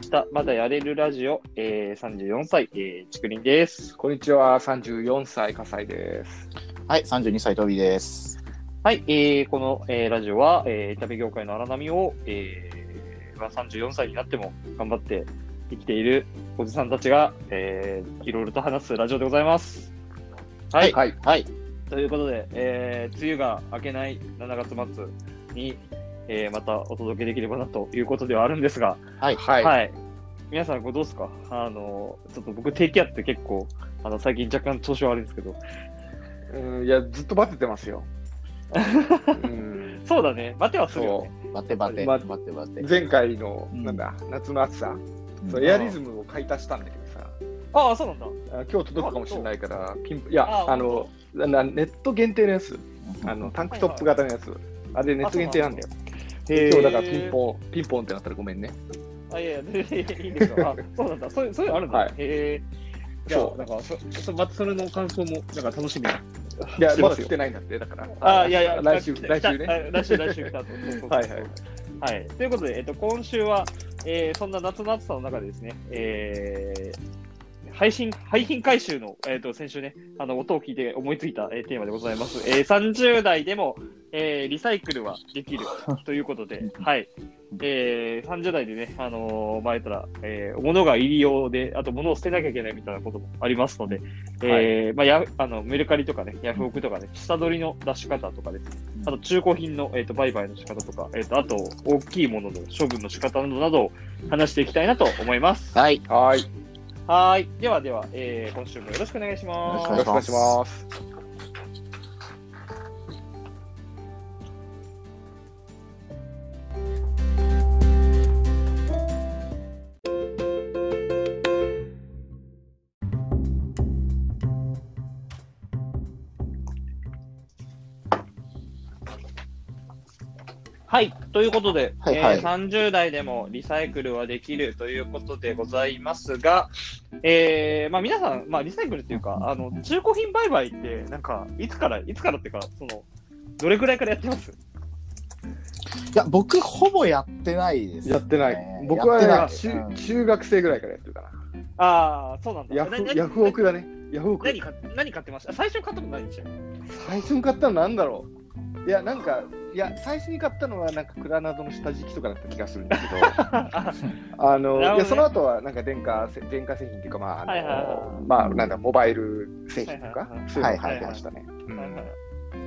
した。まだやれるラジオ、えー、34歳、えー、ちくりんです。こんにちは、34歳、笠井です。はい、32歳、トビーです。はい、えー、この、えー、ラジオは、えー、旅業界の荒波を、えーまあ、34歳になっても頑張って生きているおじさんたちが、えー、いろいろと話すラジオでございます。はい、はい、はい、ということで、えー、梅雨が明けない7月末に、えー、またお届けできればなということではあるんですが、はい、は、はいい。皆さん、これどうですかあの、ちょっと僕、低気圧って結構、あの、最近若干調子悪いんですけど。うんいや、ずっと待っててますよ。 うんそうだね。待てはするよね。待って待って、ま待って待って。前回の、うんなんだ、夏の暑さ、うんそうエアリズムを買い足したんだけどさ、ああ、そうなんだ。あ今日届くかもしれないから、ピンいや、ああの、なネット限定のやつ、うんあのタンクトップ型のやつ、あれネット限定なんだよ。へー今日だからピンポン、ピンポンってなったらごめんね。あ、いやいや、全然いいんですよ。あ、そうなんだ。そういう、そういうのあるんだ。はいへえ。じゃそあ、うなんか、そ、そまたそれの感想も、なんか楽しみだ。いや、しままだすよ来てないんだって、だから。あ、いやいや、来週、来来た週ね。あ来週、来週来たと。そうそうそうはいはい。はい。ということで、えっと、今週は、えーそんな夏の暑さの中でですね、えー配信、配信回収の、えっ、と、先週ね、あの、音を聞いて思いついた、えーテーマでございます。えー30代でも、えーリサイクルはできるということで、はい。えー30代でね、あのー前から、えー物が入り用で、あと物を捨てなきゃいけないみたいなこともありますので、えーまあ、やあのメルカリとかね、ヤフオクとかね、下取りの出し方とかですね、あと中古品の、えー、と売買の仕方とか、えー、とあと大きいものの処分の仕方などなどを話していきたいなと思います。はい、はい、よはーい。ではでは、えー今週もよろしくお願いしまよす。ろろしくお願いします。はい。ということで、はいはいえー30代でもリサイクルはできるということでございますが、えーまあ、皆さん、まあ、リサイクルっていうか、あの中古品売買って、なんか、いつから、いつからっていうか、その、どれくらいからやってますいや、僕、ほぼやってないです、やってない。僕はやっね中てないうん中学生ぐらいからやってるから。ああ、そうなんだ。ヤなフなヤフオクだね。ヤフオク。何買何買ってました最初買ったの何でした最初に買ったのなんだろういや、なんか、いや、最初に買ったのは、なんか、クラナドの下敷きとかだった気がするんだ けど、あの、なるほどねいや、その後は、なんか、電化、せ電化製品っていうか、まあ、あの、はいはいはまあ、なんだ、モバイル製品とか、はいはいはいそういうのをはい買はいいはいましたね。うん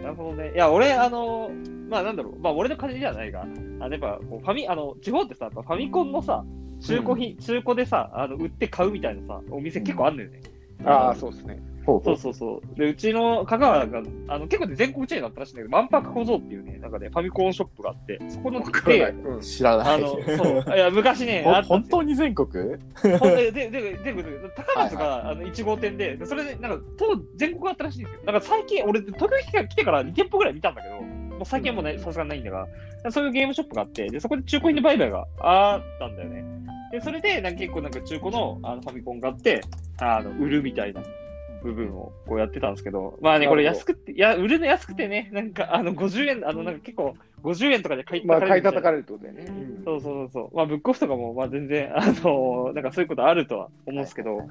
なるほどね。いや、俺、あの、まあなんだろう、まあ俺の感じじゃないが、あのやっぱこうファミ、あの、地方ってさ、やっぱファミコンのさ、中古品、中古でさ、あの売って買うみたいなさ、お店結構あるんだよね。ああ、そうですね。ほうほそううそうそう。で、うちの香川が、あの結構ね、全国チェーンだったらしいんだけど、万博小僧っていうね、なんかね、ファミコンショップがあって、そこのわからないで、うん知らない。あ の、そう、いや、昔ね、あほったん本ですよ当に全国 ほんで、で、で、で、で高松が、あの、1号店で、でそれで、なんか、当全国あったらしいんですよ。なんか最近、俺、東京駅から来てから2店舗ぐらい見たんだけど、もう最近はもうね、さすがにないんだが、そういうゲームショップがあって、で、そこで中古品の売買があったんだよね。で、それで、なんか結構なんか中古のあのファミコン買って、あの、売るみたいな部分をこうやってたんですけど、まあね、これなるほ安くて、いや、売るの安くてね、なんか、あの、50円、あの、なんか結構、50円とかで買いまあ、叩か買れいるみた叩かれるってことだよね。そうそうそうそう。まあ、ブックオフとかも、まあ、全然、あのなんかそういうことあるとは思うんですけど、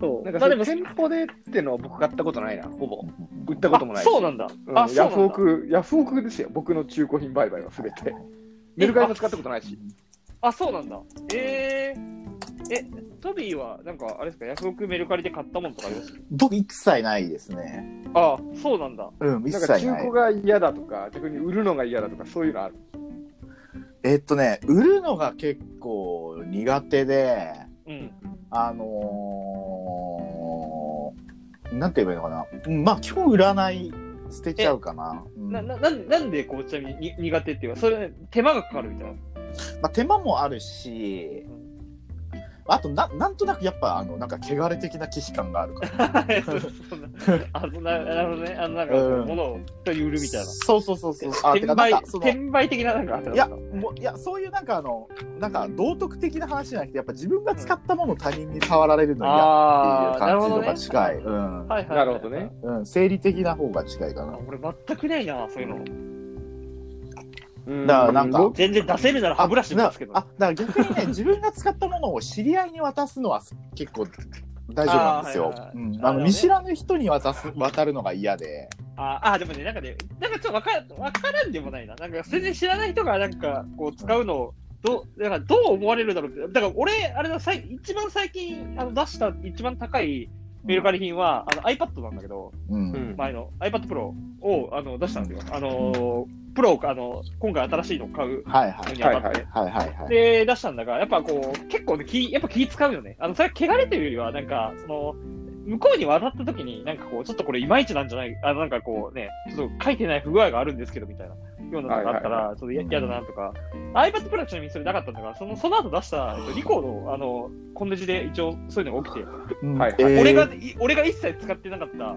そう。なんまかそあ、うでいもう、店舗でってのは僕買ったことないな、ほぼ。売ったこともなあいし。そうなんだ。うんあ、そうなんヤだ。フオク、ヤフオクですよ、僕の中古品売買はすべて。メルカリも使ったことないし。あ、そうなんだ。えー、え、トビーは、なんか、あれですか、ヤフオクメルカリで買ったものとかあります僕、一切ないですね。あ、そうなんだ。うん、一なんか切中ない古。が嫌だとか、逆に売るのが嫌だとか、そういうのある。えっとね、売るのが結構苦手で、うん。あのー、なんて言えばいいのかな。うんまあ、基本売らない、捨てちゃうかな。うんな、な、なんなんで、こう、ちなみにに苦手っていうか、それ、手間がかかるみたいな。まあ、手間もあるしう、あとな、なんとなくやっぱ、あの、なんか、汚れ的な危機感があるから。 そんなあ、そんな、なるほどね。あの、なんか、うん物を人に売るみたいな。そうそうそうそう。あ、て転か、なん売か、そ、の、転売的な、なんかあれなんいですや、か、もういや、そういうなんかあの、なんか道徳的な話じゃなくて、やっぱ自分が使ったものを他人に触られるの嫌っていあうー、なる感ほじどのね。が近い。うん。はいはいはいなるほどね。。うん、生理的な方が近いかあな。俺全くないな、そういうの。うんだからなんか全然出せるなら歯ブラシでなあ出すけど。だから逆にね自分が使ったものを知り合いに渡すのは結構大丈夫なんであーはいはいすよは。いうんああののね見知らぬ人に渡す渡るのが嫌で。ああ、でもね、なんかね、なんかちょっとわからわからんでもないな。なんか全然知らない人がなんかこう使うのを、どう、だからどう思われるだろうって。だから俺、あれだ、さい一番最近あの出した一番高いメルカリ品は、あの iPad なんだけど、うん。前の iPad Pro をあの出したんですよ。あのー、プロをあの、今回新しいのを買うはいはのいにあたって。はいははいいはいはい。で、出したんだが、やっぱこう、結構ね、気、やっぱ気使うよね。あの、それは汚れというよりは、なんか、その、向こうに渡った時に、なんかこう、ちょっとこれいまいちなんじゃない、あの、なんかこうね、ちょっと書いてない不具合があるんですけど、みたいな、ようなのがあったはいはいら、ちょっとや嫌だなとか、iPad Pro はちなみにそれなかったんだが、その、その後出した、えっとリコーの、あの、コンデジで一応そういうのが起きて、うんはいはいえー俺が、い俺が一切使ってなかった、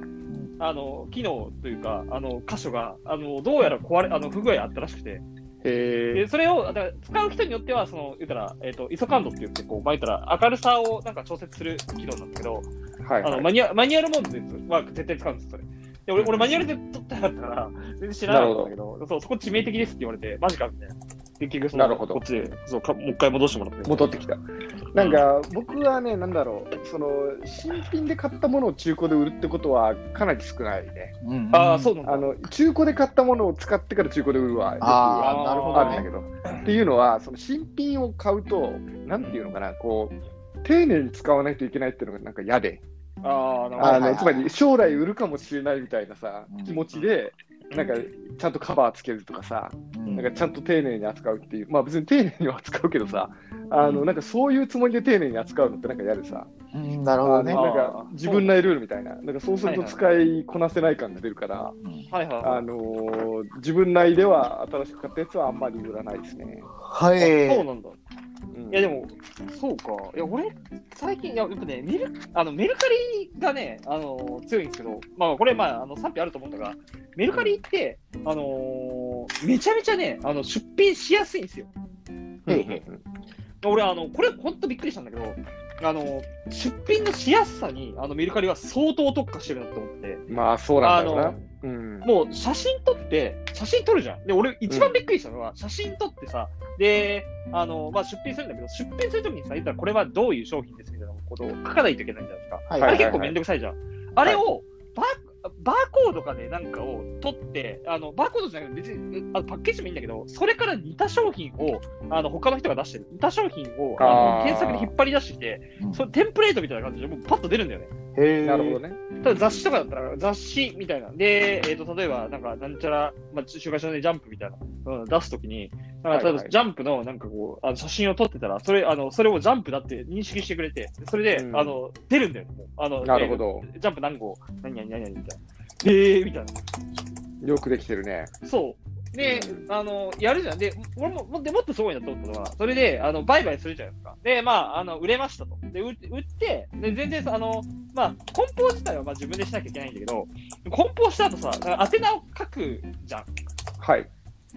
あの、機能というか、あの、箇所が、あの、どうやら壊れ、あの、不具合あったらしくて、へでそれをだから使う人によってはその言ったら、えー、とイソカンドって言ってこう、まあ、言ったら明るさをなんか調節する機能なんだけど、え。はいあはのい。マニュアマニュアルモードでは絶対使うんですそれで俺俺マニュアルで撮ってなかったから全然知らなかったんだけどそうそこ致命的ですって言われてマジかみたいな結局そのなるほどこっちでそうかもう一回戻してもらって戻ってきた。なんか、僕はね、なんだろう、その、新品で買ったものを中古で売るってことは、かなり少ないね。うんああそうなんだあの、中古で買ったものを使ってから中古で売るは、よくあーあなるほどるんだけど。っていうのは、その新品を買うと、なんていうのかな、こう、丁寧に使わないといけないっていうのがなんか嫌で、ああなるほはどいあはいはいのつまり将来売るかもしれないみたいなさうん、気持ちで、なんかちゃんとカバーつけるとかさ、うんなんかちゃんと丁寧に扱うっていう、まあ別に丁寧には扱うけどさ、あのなんかそういうつもりで丁寧に扱うのってなんか嫌でさ、うんなるあほどのねな。んあかー自分なりルールみたいな、なんかそうすると使いこなせない感が出るから、はいはいあのー自分内では新しく買ったやつはあんまり売らないですね。はあそうい。なんだうんいやでも、そうか。いや、俺、最近、いや、やっぱね、メルあのメルカリがね、あの強いんですけど、まあ、これ、まあ、あの賛否あると思うんだが、メルカリって、あのーめちゃめちゃね、あの出品しやすいんですよ。うんうん俺、あの、これ、ほんとびっくりしたんだけど、あの出品のしやすさに、あのメルカリは相当特化してるなと思って、まあそうなんだあろのうな。うんもう写真撮って、写真撮るじゃん。で、俺、一番びっくりしたのは、写真撮ってさ、で、あの、まあ、出品するんだけど、出品するときにさ、言ったらこれはどういう商品ですみたいなことを書かないといけないじゃないですか。はいあはれい。結構めんどくさいじゃん。あれをバー、バーコードかね、なんかを取って、あの、バーコードじゃなくて別にあのパッケージもいいんだけど、それから似た商品を、あの、他の人が出してる、似た商品を、あのあー検索で引っ張り出してきて、うんそのテンプレートみたいな感じで、もうパッと出るんだよね。へえ。なるほどね。ただ雑誌とかだったら、雑誌みたいな。で、えっ、と、例えば、なんか、なんちゃら、まあ、週刊誌のね、ジャンプみたいな、うん、出すときに、なんか、例えはいば、はいジャンプの、なんかこう、あの写真を撮ってたら、それ、あの、それをジャンプだって認識してくれて、それで、うんあの、出るんだよ、もう。あの、なるほど。ジャンプ何号、何々何々みたいな。えーみたいよくできてるね。な。そう。で、うあの、やるじゃん。で、俺も、もでもっとすごいなと思ったのは、それで、あの、売買するじゃないですか。で、まあ、あの、売れましたと。で、売売って、で、全然さ、あの、まあ、梱包自体はまあ自分でしなきゃいけないんだけど、梱包した後さ、なんか宛名を書くじゃん。はい。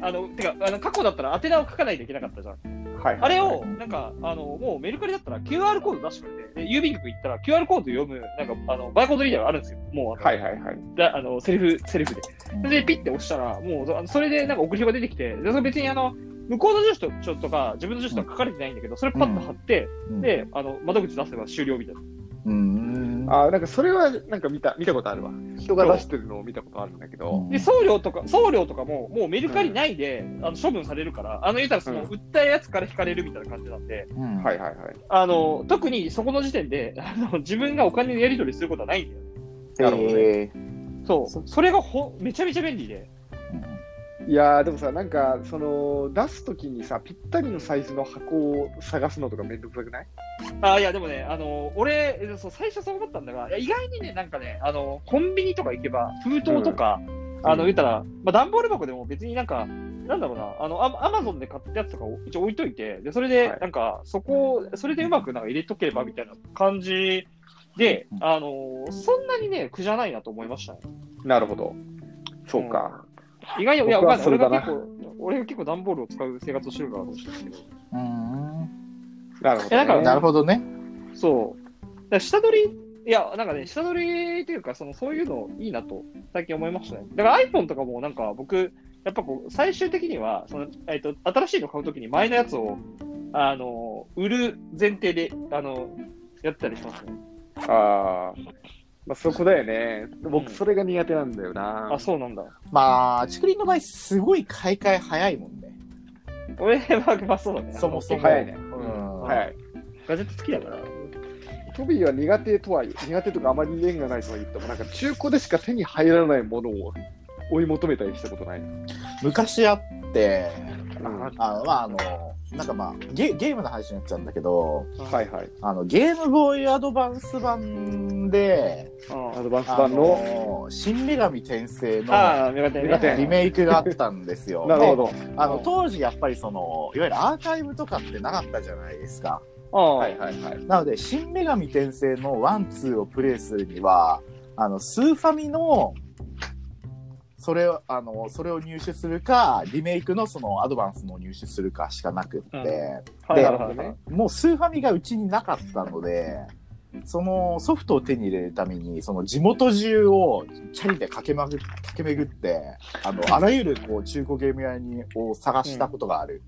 あの、てか、あの、過去だったら宛名を書かないといけなかったじゃん。はい。あれを、なんか、あの、もうメルカリだったら QR コード出してくれて、で、郵便局行ったら QR コード読む、なんか、あの、バーコードリーダーがあるんですよ。もう、あのはいはいはい。だあのセリフ、セリフで。うんそれでピッて押したら、もうあのそれでなんか送り表が出てきて、でそれ別にあの、向こうの住所とちょっとか、自分の住所とか書かれてないんだけど、それパッと貼って、うん。で、あの、窓口出せば終了みたいな。うん。あーなんかそれはなんか見た見たことあるわ。人が出してるのを見たことあるんだけど。で、送料とか、送料とかも、もうメルカリ内で、あの処分されるから、あの、言ったらその、うん売ったやつから引かれるみたいな感じなんで、うんはいはいはい。あの、特にそこの時点で、あの自分がお金のやり取りすることはないんだよね。なるほどねへそう。それがほ、めちゃめちゃ便利で。いやーでもさ、なんかその出すときにさ、ぴったりのサイズの箱を探すのとかめんどくさくないあいやでもね、あの俺えそう、最初そう思ったんだが、いや意外にね、なんかねあの、コンビニとか行けば、封筒とか、あのうん言ったら、まあ、段ボール箱でも別になんか、なんだろうな、あのアアマゾンで買ったやつとかを一応置いといて、でそれではい、なんか、そこを、それでうまくなんか入れとければみたいな感じで、うんあのそんなにね、苦じゃないなと思いましたね。なるほど。そうか。意外に、いや、僕わはかんないそれ俺がだ結な構、俺が結構段ボールを使う生活をしてるからかもしれないけど。うん。ないるほど、やね。なんかなるほどね。そう。だから下取り、いや、なんかね、下取りというか、そのそういうのいいなと、最近思いましたね。だから iPhone とかも、なんか僕、やっぱこう、最終的には、その、えっと、新しいの買うときに前のやつを、あの、売る前提で、あの、やったりしますね。あー、まあ、そこだよね。う僕、んそれが苦手なんだよな。あ、そうなんだ。まあ、竹林の場合、すごい買い替え早いもんね。俺は、まあそうだね。そもそも。早いねうん。は。い。ガジェット好きだから。トビーは苦手とは言う、苦手とかあまり縁がないとは言っても、なんか中古でしか手に入らないものを追い求めたりしたことない。昔あって、うんはあの、まあ、あの、なんかまあ、ゲゲームの話になっちゃうんだけど、いはい。あの、ゲームボーイアドバンス版で、アドバンスあ版の。の、新女神転生のああ、メガテンメガテね。ンリメイクがあったんですよ。 なるほど。であの、当時やっぱりその、いわゆるアーカイブとかってなかったじゃないですか。ああ、はいはいはい。なので、新女神転生のワン、ツーをプレイするには、あの、スーファミの、それを、あの、それを入手するか、リメイクのそのアドバンスのを入手するかしかなくって、はいではいはいはい。もうスーファミがうちになかったので、そのソフトを手に入れるために、その地元中をチャリで駆けまぐ駆け巡って、あの、あらゆるこう中古ゲーム屋にを探したことがある。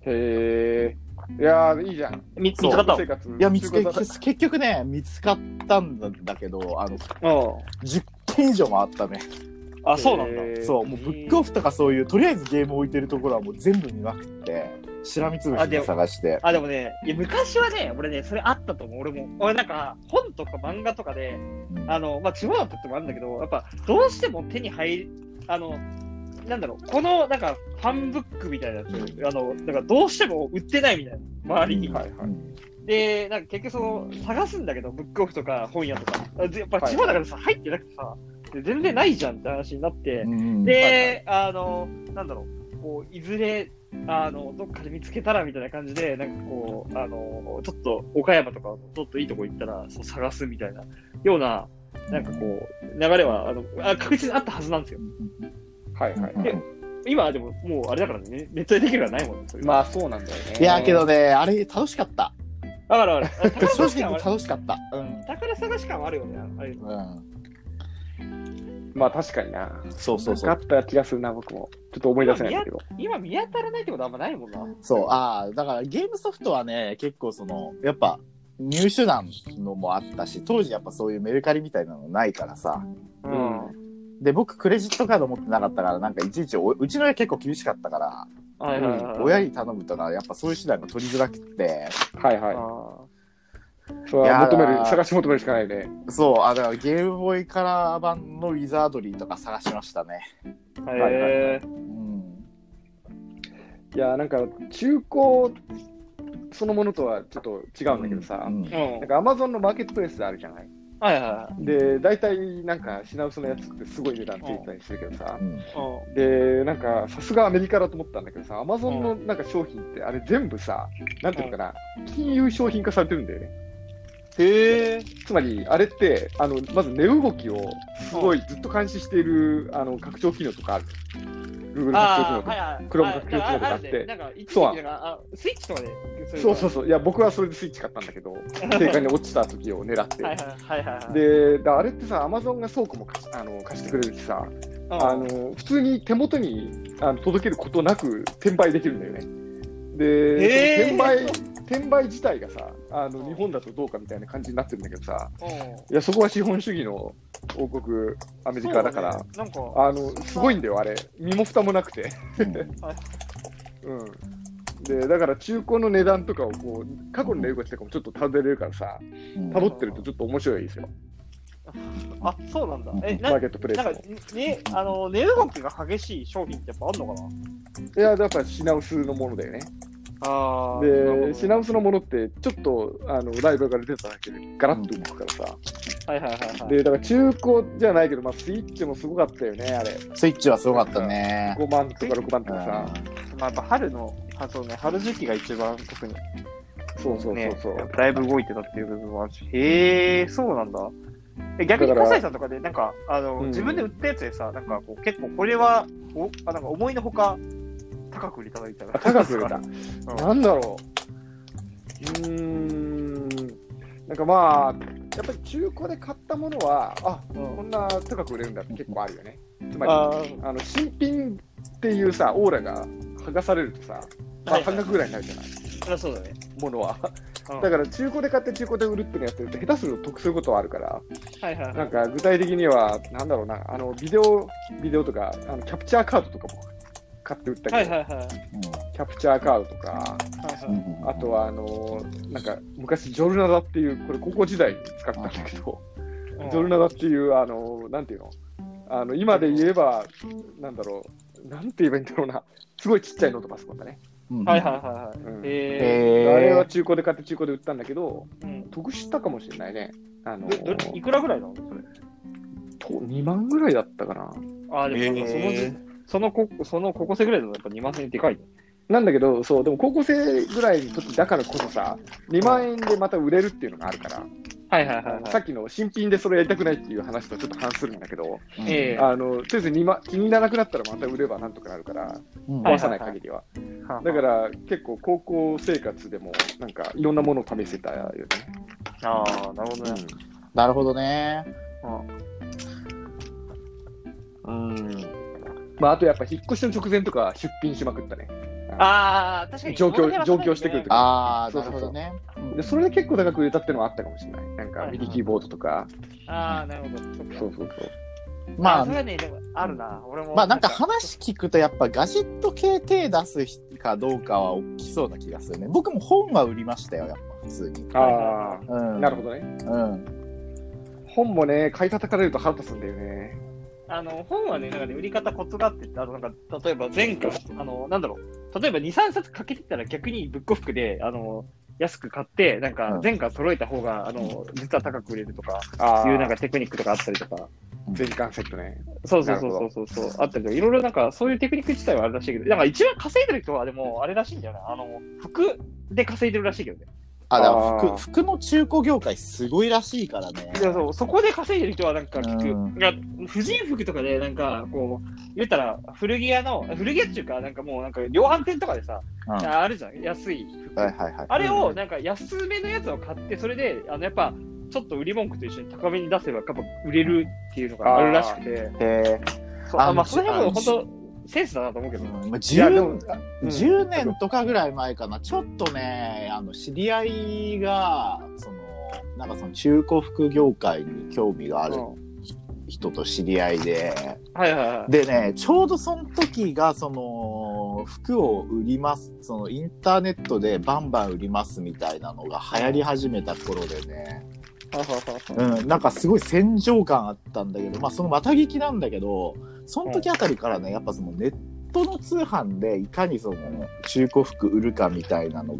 へえ。いやー、いいじゃん。見見つそうかった生活いや、見つけ、中古だ結局ね、見つかったんだけど、あの、の10件以上もあったね。ああ、そうなんだ。へーそう、もうブックオフとかそういう、とりあえずゲーム置いてるところはもう全部見まくって、しらみつぶしに探して。あ、でもね、いや昔はね、俺ね、それあったと思う、俺も。俺なんか、本とか漫画とかで、うんあの、まあ、地方だったってのもあるんだけど、やっぱ、どうしても手に入り、あの、なんだろう、この、なんか、ファンブックみたいなやつ、あの、なんか、どうしても売ってないみたいな、周りに。はいはい。で、なんか、結局、その、探すんだけど、ブックオフとか本屋とか。あでやっぱ、地方だからさ、入ってなくてさ、で全然ないじゃんって話になって、うんで、あの、なんだろう、こう、いずれ、あの、どっかで見つけたらみたいな感じで、なんかこう、あの、ちょっと岡山とか、ちょっといいとこ行ったら、そう探すみたいな、ような、なんかこう、流れは、あの、あ確実にあったはずなんですよ。はいはい。うん今はでも、もうあれだからね、ネットでできるはないもんね、それまあそうなんだよね。いや、けどね、あれ楽しかった。あ、わかるわかる。あ宝正探し直感はある楽しかった。うん。宝探し感はあるよね、あれ。うん。まあ確かにな。そうそうそなう。んかあった気がするな、僕も。ちょっと思い出せないんだけど。今見当たらないってことはあんまないもんな。そう。ああ、だからゲームソフトはね、結構その、やっぱ、入手難のもあったし、当時やっぱそういうメルカリみたいなのないからさ。ううんで、僕クレジットカード持ってなかったから、なんかいちいちお、うちの親結構厳しかったから、はいはいはい。親に頼むとか、やっぱそういう手段が取りづらくって、はいはいあ。ーそれいやはー求める、探し求めるしかないね。そう、あ、だからゲームボーイカラー版のウィザードリーとか探しましたね。へはいはえうん。いやー、なんか中古そのものとはちょっと違うんだけどさ、うんうんなんかアマゾンのマーケットプレイスであるじゃない。はいはいはいで、大体なんか品薄のやつってすごい値段ついてたりするけどさう、ん。うん。で、なんかさすがアメリカだと思ったんだけどさ、アマゾンのなんか商品ってあれ全部さ、なんていうのかな、金融商品化されてるんだよね。へえ。つまり、あれって、あのまず値動きをすごいずっと監視しているあの拡張機能とかある。Google あ拡張あ、は機能といか。はい。クローム拡張機能とかあってるねなんか、一時期そうなんか、あスイッチとかで。そうそそうそう。いや、僕はそれでスイッチ買ったんだけど、定価に落ちた時を狙っういうのはいて。はいはいはいはい。、で、だあれってさ、アマゾンが倉庫も貸しあの貸してくれるしさ、あの普通に手元にあの届けることなく転売できるんだよね。で、へーその転売、転売自体がさ、あの日本だとどうかみたいな感じになってるんだけどさ、うん、いや、そこは資本主義の王国、アメリカだから。そうねなんか、あの、すごいんだよ、あれ。身も蓋もなくて。うん。で、だから中古の値段とかをこう、過去の値動きとかもちょっとたどれるからさ、うんたどってるとちょっと面白いですよ。あ、そうなんだ。え、マなーケットプレイスなもんか。、ね、あの、値動きが激しい商品ってやっぱあるのかないや、やっぱ品薄のものだよね。あで、品薄のものって、ちょっと、あの、ライブから出ただけで、ガラッと動くからさ。はいはいはいはい。で、だから中古じゃないけど、まあ、スイッチもすごかったよね、あれ。スイッチはすごかったね。 5万とか6万とかさ。まあ、やっぱ春の、あそうね、春時期が一番特に、そうそうそうねそう。、だいぶ動いてたっていう部分もあるし。へえ、そうなんだ。え逆にだから葛西さんとかで、なんか、あの、うん自分で売ったやつでさ、なんかこう、結構これは、おあなんか思いのほか、高く売りただいたら。あ高く売れた。うんなんだろう。うーん。なんかまあ、やっぱり中古で買ったものは、あうんこんな高く売れるんだって結構あるよね。つまり、ああの新品っていうさ、オーラが剥がされるとさ、まはあ、い半額ぐらいになるじゃない、あそうだね。ものは。うんだから中古で買って中古で売るってのやってると、下手すると得することはあるから、はいはいなはんい。か具体的には、なんだろうな、あのビデオ、ビデオとか、あのキャプチャーカードとかも買って売ったけど、はいはいはい。はいキャプチャーカードとか、はいうんあとはあのなんか昔、ジョルナダっていう、これ高校時代に使ったんだけど、うんジョルナダっていう、あのなんていうの、あの今で言えば、なんだろう、なんて言えばいいんだろうな、すごいちっちゃいノートパソコンだね。うんはいはいはいはういん。えあれへはー中古で買って中古で売ったんだけど、ーうん得したかもしれないね。あのどどいくらぐらいなのそれ。と2万ぐらいだったかな。あー、でもなんかそのえじー、そのこ、その高校生ぐらいだとやっぱ2万円でかいね。なんだけど、そう、でも高校生ぐらいの時だからこそさ、2万円でまた売れるっていうのがあるから、はいはいはいはい。さっきの新品でそれやりたくないっていう話とちょっと反するんだけど、ええあの、とりあえず2万、気にならなくなったらまた売ればなんとかなるから、うんは壊いさない限りは。はあだから結構高校生活でも、なんかいろんなものを試せたよね。ああ、なるほどね。なるほどね。うん。まあ、あとやっぱ引っ越しの直前とか出品しまくったね。ああ、確かに。上京上京してくるとかああ、そうなそるうそほうどね。うんで、それで結構高く売れたってのはあったかもしれない。なんはかいミディキーボードとか。ああ、なるほど。そっかそうそうまあそれ、はね、でもあるな。俺も。まあなんか話聞くとやっぱガジェット系手出す人かどうかは大きそうな気がするね。僕も本は売りましたよ、やっぱ普通に。そう。あうあ、ん、なるほどね。ど。うん。本もね、買い叩かれると腹立つんだよね。あの本はね、なんかね売り方コツがあって、あのなんか例えば前回、あのなんだろう、例えば2、3冊かけてたら逆にブックオフであの安く買って、なんうかん前回揃えた方があの実は高く売れるとかああ、いうなんかテクニックとかあったりとか、全巻セットね。そうそうそうそうそうそう、あったりとか、いろいろなんかそういうテクニック自体はあるらしいけど、なんか一番稼いでる人はでもあれらしいんだよな、あの服で稼いでるらしいけどね。あ、だかあらー服服の中古業界すごいらしいからね。いやそうそこで稼いでる人はなんか聞く、うんなんか婦人服とかでなんかこう言ったら古着屋の古着屋っていうかなんかもうなんか量販店とかでさ、うんああるじゃん安い服、はいはいはい。あれをなんか安めのやつを買ってそれであのやっぱちょっと売り文句と一緒に高めに出せばやっぱ売れるっていうのがあるらしくてへそうああまあのその辺もあの本当センスだなと思うけえ。ど、うんまあいや、でも10、10年とかぐらい前かな、ちょっとね、あの知り合いが、その、なんかその中古服業界に興味があるうん人と知り合いで、はいはいはいでね、ちょうどその時が、その、服を売ります、そのインターネットでバンバン売りますみたいなのが流行り始めた頃でね、はいはいはいうん、なんかすごい戦場感あったんだけど、まあそのまた聞きなんだけど、その時あたりからね、やっぱそのネットの通販でいかにその中古服売るかみたいなの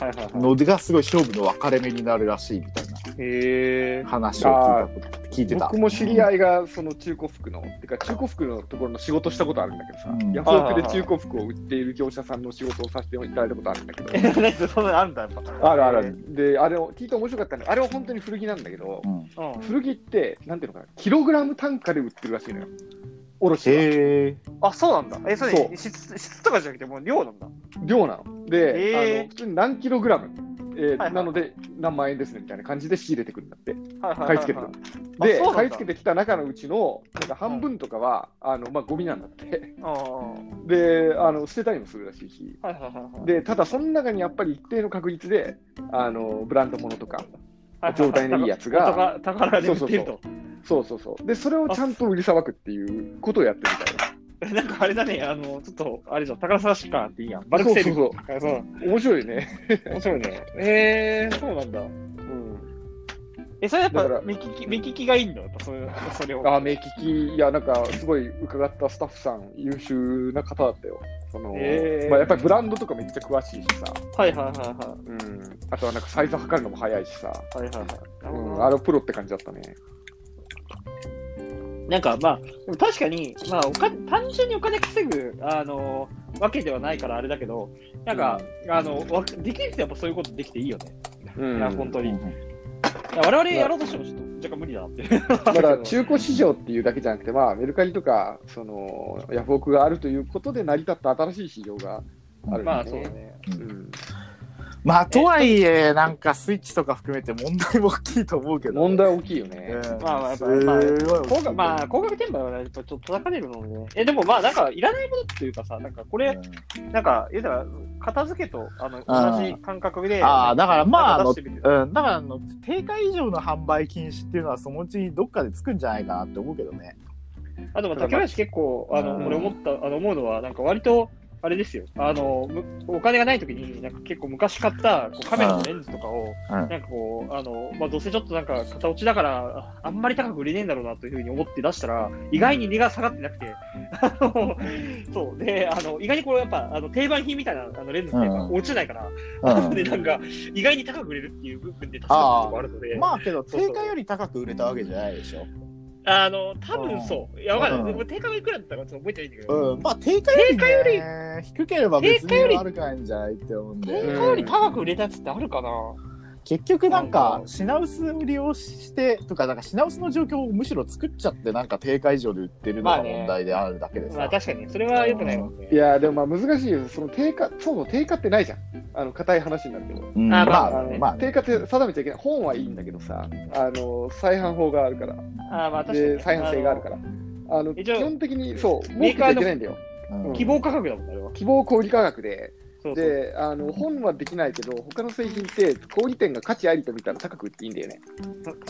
はいはいはいのがすごい勝負の分かれ目になるらしいみたいなへえ話を聞いたこと聞いてた。僕も知り合いがその中古服の、てか中古服のところの仕事したことあるんだけどさ、うんヤフオクで中古服を売っている業者さんの仕事をさせていただいたことあるんだけど、 そん なのあるんだやっぱあるあるある。で、あれを聞いて面白かったのあれは本当に古着なんだけど、うん、うん古着って、なんていうのかな、キログラム単価で売ってるらしいのよ。卸しがへえ。あ、そうなんだ。え、そそれ、質質とかじゃなくて、もう量なんだ。量なの。で、へーあの普通に何キログラム、えーはいはいなので何万円ですねみたいな感じで仕入れてくるんだって。買買い付けてくる。あでそうなんだ買い付けてきた中のうちのなんか半分とかは、あのまあ、ゴミなんだって。 ああ、はいであの捨てたりもするらしいし。はいはいはい。でただ、その中にやっぱり一定の確率であのブランドものとか、はいはいはい、状態のいいやつが宝宝で売ってると。そうそうそう、でそれをちゃんと売りさばくっていうことをやってみたいな。 なんかあれだね、あの、ちょっと、あれじゃん、宝探し感あっていいやん。バルクセル。そうそうそう。面白いね。面白いね。えー、そうなんだ。うん、え、それやっだからぱ、目利き、目利きがいいんだよ、やっぱそれそれを。 あ目利き、いや、なんかすごい伺ったスタッフさん、優秀な方だったよ。そのへーまあ、やっぱりブランドとかめっちゃ詳しいしさ、はいはいはいはうん、あとはなんかサイズ測るのも早いしさ、い。はいはいはい。なうるほどん、なあれプロって感じだったね。なんかまあ、でも確かに、まあお金、単純にお金稼ぐ、あのわけではないからあれだけど、なんか、あの、わできる人やっぱそういうことできていいよね。うんいや、本当うに。んいや我々やろうとしてもちょっと若干無理だな って。だだから中古市場っていうだけじゃなくて、まあ、メルカリとかそのヤフオクがあるということで成り立った新しい市場があるよね。まあそうだね。うまあ、とはいえ、なんかスイッチとか含めて問題も大きいと思うけど。問題大きいようね。ん。まあまあやっぱすごい高額まあ、高額転売はやっぱちょっと叩かれるので、ね、え、でもまあ、なんか、いらないものっていうかさ、なんか、これ、なんか、言うたら、片付けと、あの、同じ感覚で、ああ、だからまあ、あなんの、か出してみてうん、だからあの、定価以上の販売禁止っていうのは、そのうちどっかでつくんじゃないかなって思うけどね。あでも竹林結構、あの、うん俺思った、あの、思うのは、なんか割と、あれですよ。あの、むお金がない時に、なんか結構昔買ったこうカメラのレンズとかを、うんなんかこう、あの、まあ、どうせちょっとなんか片落ちだから、ああんまり高く売れねえんだろうなというふうに思って出したら、意外に値が下がってなくて、あの、そう。で、あの、意外にこれやっぱ、あの、定番品みたいなあのレンズってやっぱうん落ちないから、う んで、なんか、意外に高く売れるっていう部分で助かってるとこあるので、まあけど、定価より高く売れたわけじゃないでしょ。あの、多分そう。いや、わかんない。うん俺定価がいくらだったかちょっと覚えてないんだけど、うん、まあ定価より,、定ね、価より低ければ別定価よにり悪くないんじゃないって思うん定で、価より高く売れたやつってあるかな、結局ななんかんか品薄を利用してとか、なんか品薄の状況をむしろ作っちゃって、なんか定価以上で売ってるのまがあね問題であるだけでまあさ。確かに、それは良くないもんね。いやーでもまあ難しいよ、その定価、そもそも定価ってないじゃん、あの硬い話になっても、うんあままあああのまあね定価って定めちゃいけない、本はいいんだけどさ、あの再販法があるから、ああまあ確かに。で再販性があるから、あの基一応本的にそう、儲メーけちカゃーいのけないんだよ、うんの希望価格だもん、あれは。希望小売価格で、そうそう。であの本はできないけど、他の製品って小売店が価値ありと見たら高く売っていいんだよね。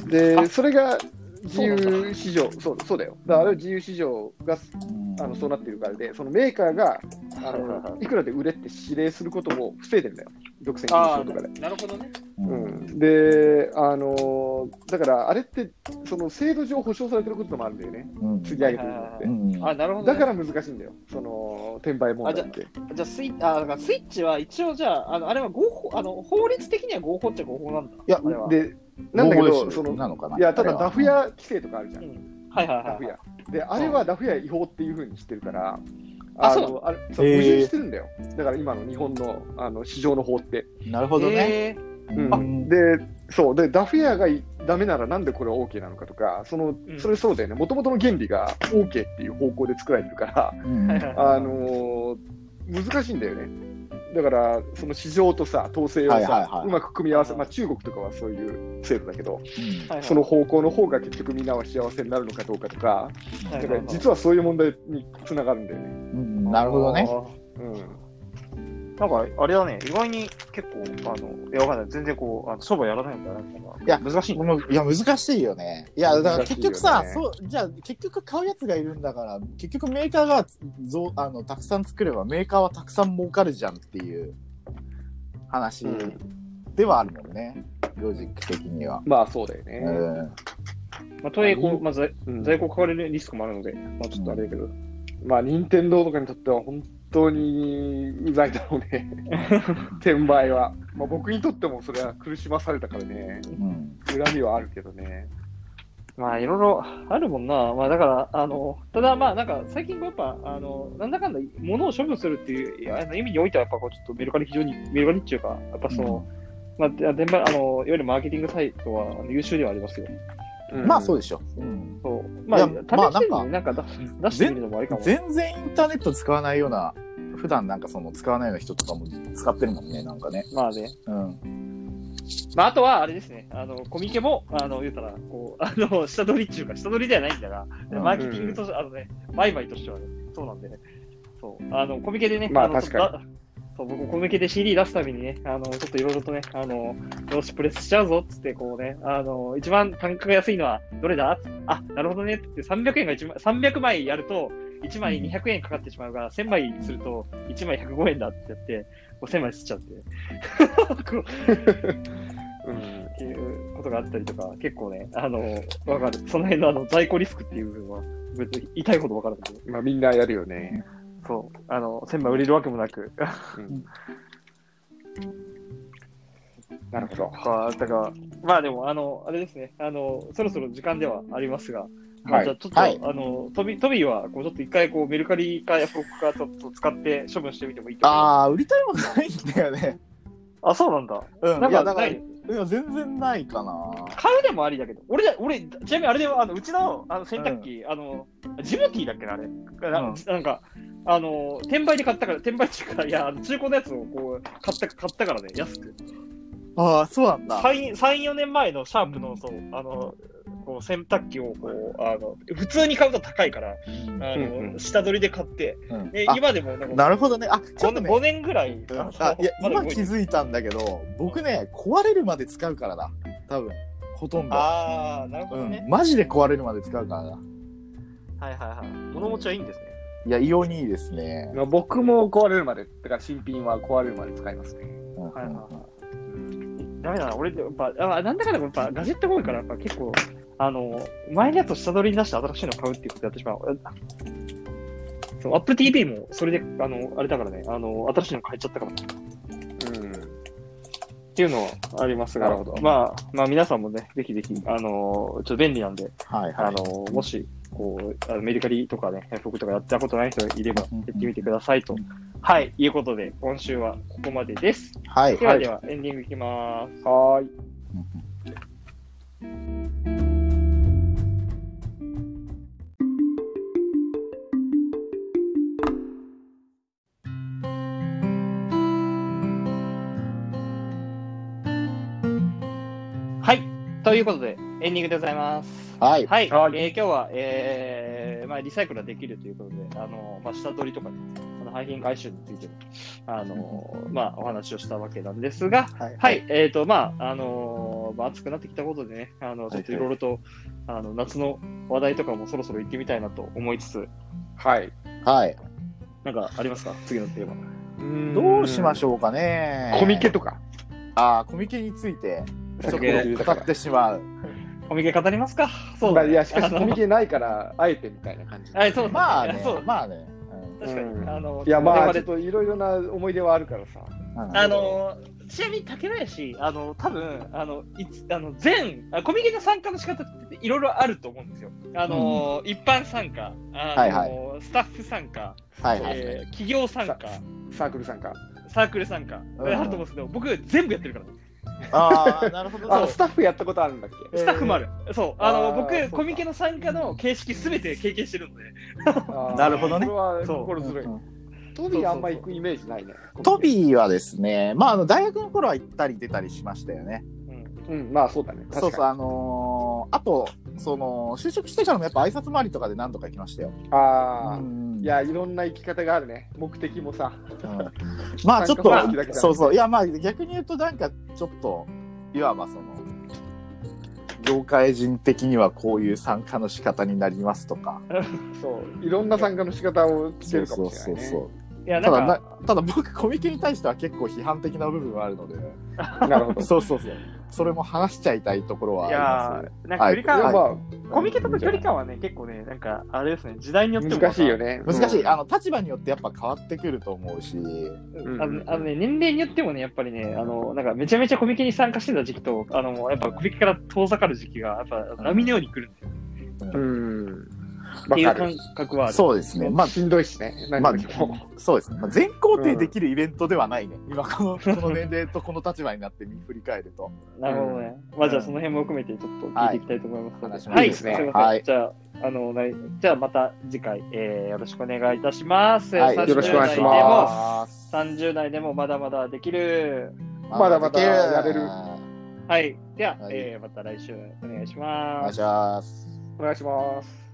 で、あそれが自そうなん由市場、そうそうだよ、だからあれは自由市場があのそうなってるからで、そのメーカーがあはいはいはのいくらで売れって指令することも防いでんだよ、独占禁あ止あ、法とかで。なるほどね。うんうん、で、あのーだからあれって、その制度上保障されてることもあるんだよね、うん釣り上げてるのってう。んあなるほど、だね。から難しいんだよ、その転売問題って。じゃあスイッあだからスイッチは一応じゃあ、あのあれは合法あの法律的には合法っちゃ合法なんだ。いやあれはで、なんだけ合法ど、でしょそのなのかないや、ただダフ屋規制とかあるじゃん、はいはいダはフい。屋。で、あれはダフ屋違法っていうふうにしてるから、あそうなのあれそうへー矛盾してるんだよ、だから今の日本のあの市場の法って。なるほどね。えうんうんで、そう、で、ダフェアがダメならなんでこれは OK なのかとか、そのうんそれそうだよね、もともとの原理が OK っていう方向で作られてるから、うんはいはいあのー難しいんだよね。だから、その市場とさ、統制をさ、はいはいはいうまく組み合わせ、まあ、中国とかはそういう制度だけど、ーはいはいその方向の方が結局みんなは幸せになるのかどうかとか、はいだはかいらはい実はそういう問題につながるんだよね。うんなるほどね。。うん、あーなんかあれだね、意外に結構、あのいやわかんない、全然こう、あの商売やらないんだなみたいな。いや難しいね。もういや、難しいよね。いや、だから結局さ、難しいそう、じゃあ結局買うやつがいるんだから、結局メーカーがぞあのたくさん作ればメーカーはたくさん儲かるじゃんっていう話うんではあるもんね。ロジック的には。まあそうだようね。ん。まあ、とはいえこう、まあ、在うん在庫買われるリスクもあるので、まあ、ちょっとあれだけど。まあ、任天堂とかにとっては本当にうざいだろうね、転売は。まあ、僕にとってもそれは苦しまされたからね、うん。恨みはあるけどね。まあ、いろいろあるもんな。まあ、だから、あの、ただまあ、なんか、最近やっぱ、あの、なんだかんだ、物を処分するっていういやあの意味においては、やっぱ、こう、ちょっとメルカリ非常に、メルカリっていうか、やっぱその、まあ、でまああの、いわゆるマーケティングサイトはあの優秀ではありますよ。まあそうででしょ。うんそう。いまやあ、まあ試してみてねなんか出出してみるのもありかも。全然インターネット使わないような、普段なんかその使わないような人とかも使ってるもんね、なんかね。まあね。うん。まあ、あとは、あれですね。あの、コミケも、あの、言うたら、こう、あの、 下取りっていうか、下取りではないんだが、うんマーケティングとして、あのね、売買としてはね、そうなんでね。そう。あの、コミケでね、まあの確かにに。そう僕コミケで CD 出すたびにね、あの、ちょっといろいろとね、あの、よし、プレスしちゃうぞっつって、こうね、あの、一番単価が安いのはどれだっつってあ、なるほどねっつって、300円が一枚、300枚やると、1枚200円かかってしまうが、1000枚すると、1枚105円だってやって、こう1000枚すっちゃって。 こうす。うんっていうことがあったりとか、結構ね、あの、わかる。その辺のあの在庫リスクっていう部分は、別に痛いほどわかるんだけど、まあ、みんなやるよね。そう、あの、1000枚売れるわけもなく、うんなるほど。あだから、まあでも、あの、あれですね、あの、そろそろ時間ではありますが、まはあ、いじゃあちょっと、はいあの、トビ、トビーは、こう、ちょっと一回、こう、メルカリかヤフオクか、ちょっと使って処分してみてもいいと思いまああ、売りたいもんないんだよね。す。あ、そうなんだ。うん。なんいか、や、だなから、いいや、全然ないかな。買うでもありだけど、俺だ、俺、ちなみにあれでは、あのうちのあの洗濯機、あの、ジムティーだっけな、あれ。なうんなんか、あの、転売で買ったから、転売っていうか、いや、あの中古のやつをこう、買った、買ったからね、安く。ああ、そうなんだ。 3、三4年前のシャープの、そう、あの、こう洗濯機をこう、あの、普通に買うと高いから、あの、うんうん下取りで買って、うんであ今でもなんか、なるほどね。あ、ちょこっとのね。 5年ぐらい、のあいやまだ今動い気てるづいたんだけど僕ね壊れるまで使うからだ多分ほとんど、ああ、なるほうどんね、。マジで壊れるまで使うからだはいはいはい。物持ちはいいんですね。いや異様にいいですね、まあ僕も壊れるまで、だから新品は壊れるまで使いますね。うんはいはいはい。ダメだな、俺、やっぱ、あなんだかんだやっぱガジェットが多いから、やっぱ結構、あの、前のやつを下取りに出して新しいの買うっていうことやってしまう。あそう、Apple TV もそれで、あの、あれだからね、あの、新しいの買っちゃったからうん。っていうのはありますが、なるほどまあ、まあ皆さんもね、ぜひぜひ、あの、ちょっと便利なんで、はいあはいの、もし、こう、あのメリカリとかね、僕とかやったことない人がいれば、やってみてくださいと。はい、いうことで、今週はここまでです。はいではでは、エンディングいきます。はーい。はい。ということで、エンディングでございます。はいはい。はいえー今日は、えーまあ、リサイクルができるということで、あの、まあ、下取りとかね、あの、廃品回収についても、あの、まあ、お話をしたわけなんですが、はいははいい。えっ、と、まあ、あのまあ、暑くなってきたことでね、あの、ちょっといろいろと、あの、夏の話題とかもそろそろ行ってみたいなと思いつつ、はい。はいなんかありますか次のテーマ。どうしまょしょうかねコミケとか。ああコミケについてちょコミケっと語ってしまうコミケ語りますかそうだまあね、いや、しかあしのコミケないから、あえてみたいな感じ。はい、そうまあいやねそう、まあね、うん確かに。うんあの、いや、まあ、我ちょ々っといろいろな思い出はあるからさ。うんあのちなみに竹林、あの多分あのいつあの全あコミケの参加の仕方っていろいろあると思うんですよ。あの一般参加、あのはいはスタッフ参加、はいはい、えー企業参加、サークル参加。サークル参加、うんあると思うんですけど、僕、全部やってるから、ね、ああなるほどあ、ねスタッフやったことあるんだっけスタッフもある、そうあのあーそう僕、かコミケの参加の形式すべて経験してるので、あーなるほどねそれは心うん強い。うんトビーあんま行くイメージないね。トビーはですね、まあ、あの大学の頃は行ったり出たりしましたよね。うんー。うん、まあそうだね。確かそうにそう、あのーあと、その、就職してからもやっぱ挨拶回りとかで何度か行きましたよ。ああう。んいや、いろんな生き方があるね。目的もさ。うんまあちょっ参加方式だけと、だそうそう、いや、まあ逆に言うと、なんかちょっと、いわばその、業界人的にはこういう参加の仕方になりますとか。そう。いろんな参加の仕方をしてるかもしれない、ね。いやたなんだかな、ただ僕、コミケに対しては結構批判的な部分はあるので、なるほど。いそうそうそう。それも話しちゃいたいところはいやありますね。ーなんか距離感、や、はいまあ、コミケとの距離感はね、結構ね、なんかあれですね、時代によってもまた難しいよね。難しい。うんあの、立場によってやっぱ変わってくると思うし、うんあのあのね、年齢によってもね、やっぱりね、あのなんかめちゃめちゃコミケに参加してた時期と、あのやっぱコミケから遠ざかる時期が、やっぱ波のように来るんですようん。っわていうか感る。覚はある。そうですね。まあしんどいしね。何まあよりもそうですね、まあ、全肯定できるイベントではないね、今このこの年齢とこの立場になって見振り返ると。なるほどね。まあじゃあその辺も含めてちょっと聞いていきたいと思いますので。ははいい、話しますいませんはいじゃあ、あの、なじゃあまた次回、えーよろしくお願いいたします。。はいよろしくお願いします30代でもまだまだできる。まだまだやれるはい。では、はいえーまた来週お願いしおま願いすし。ます。お願いします。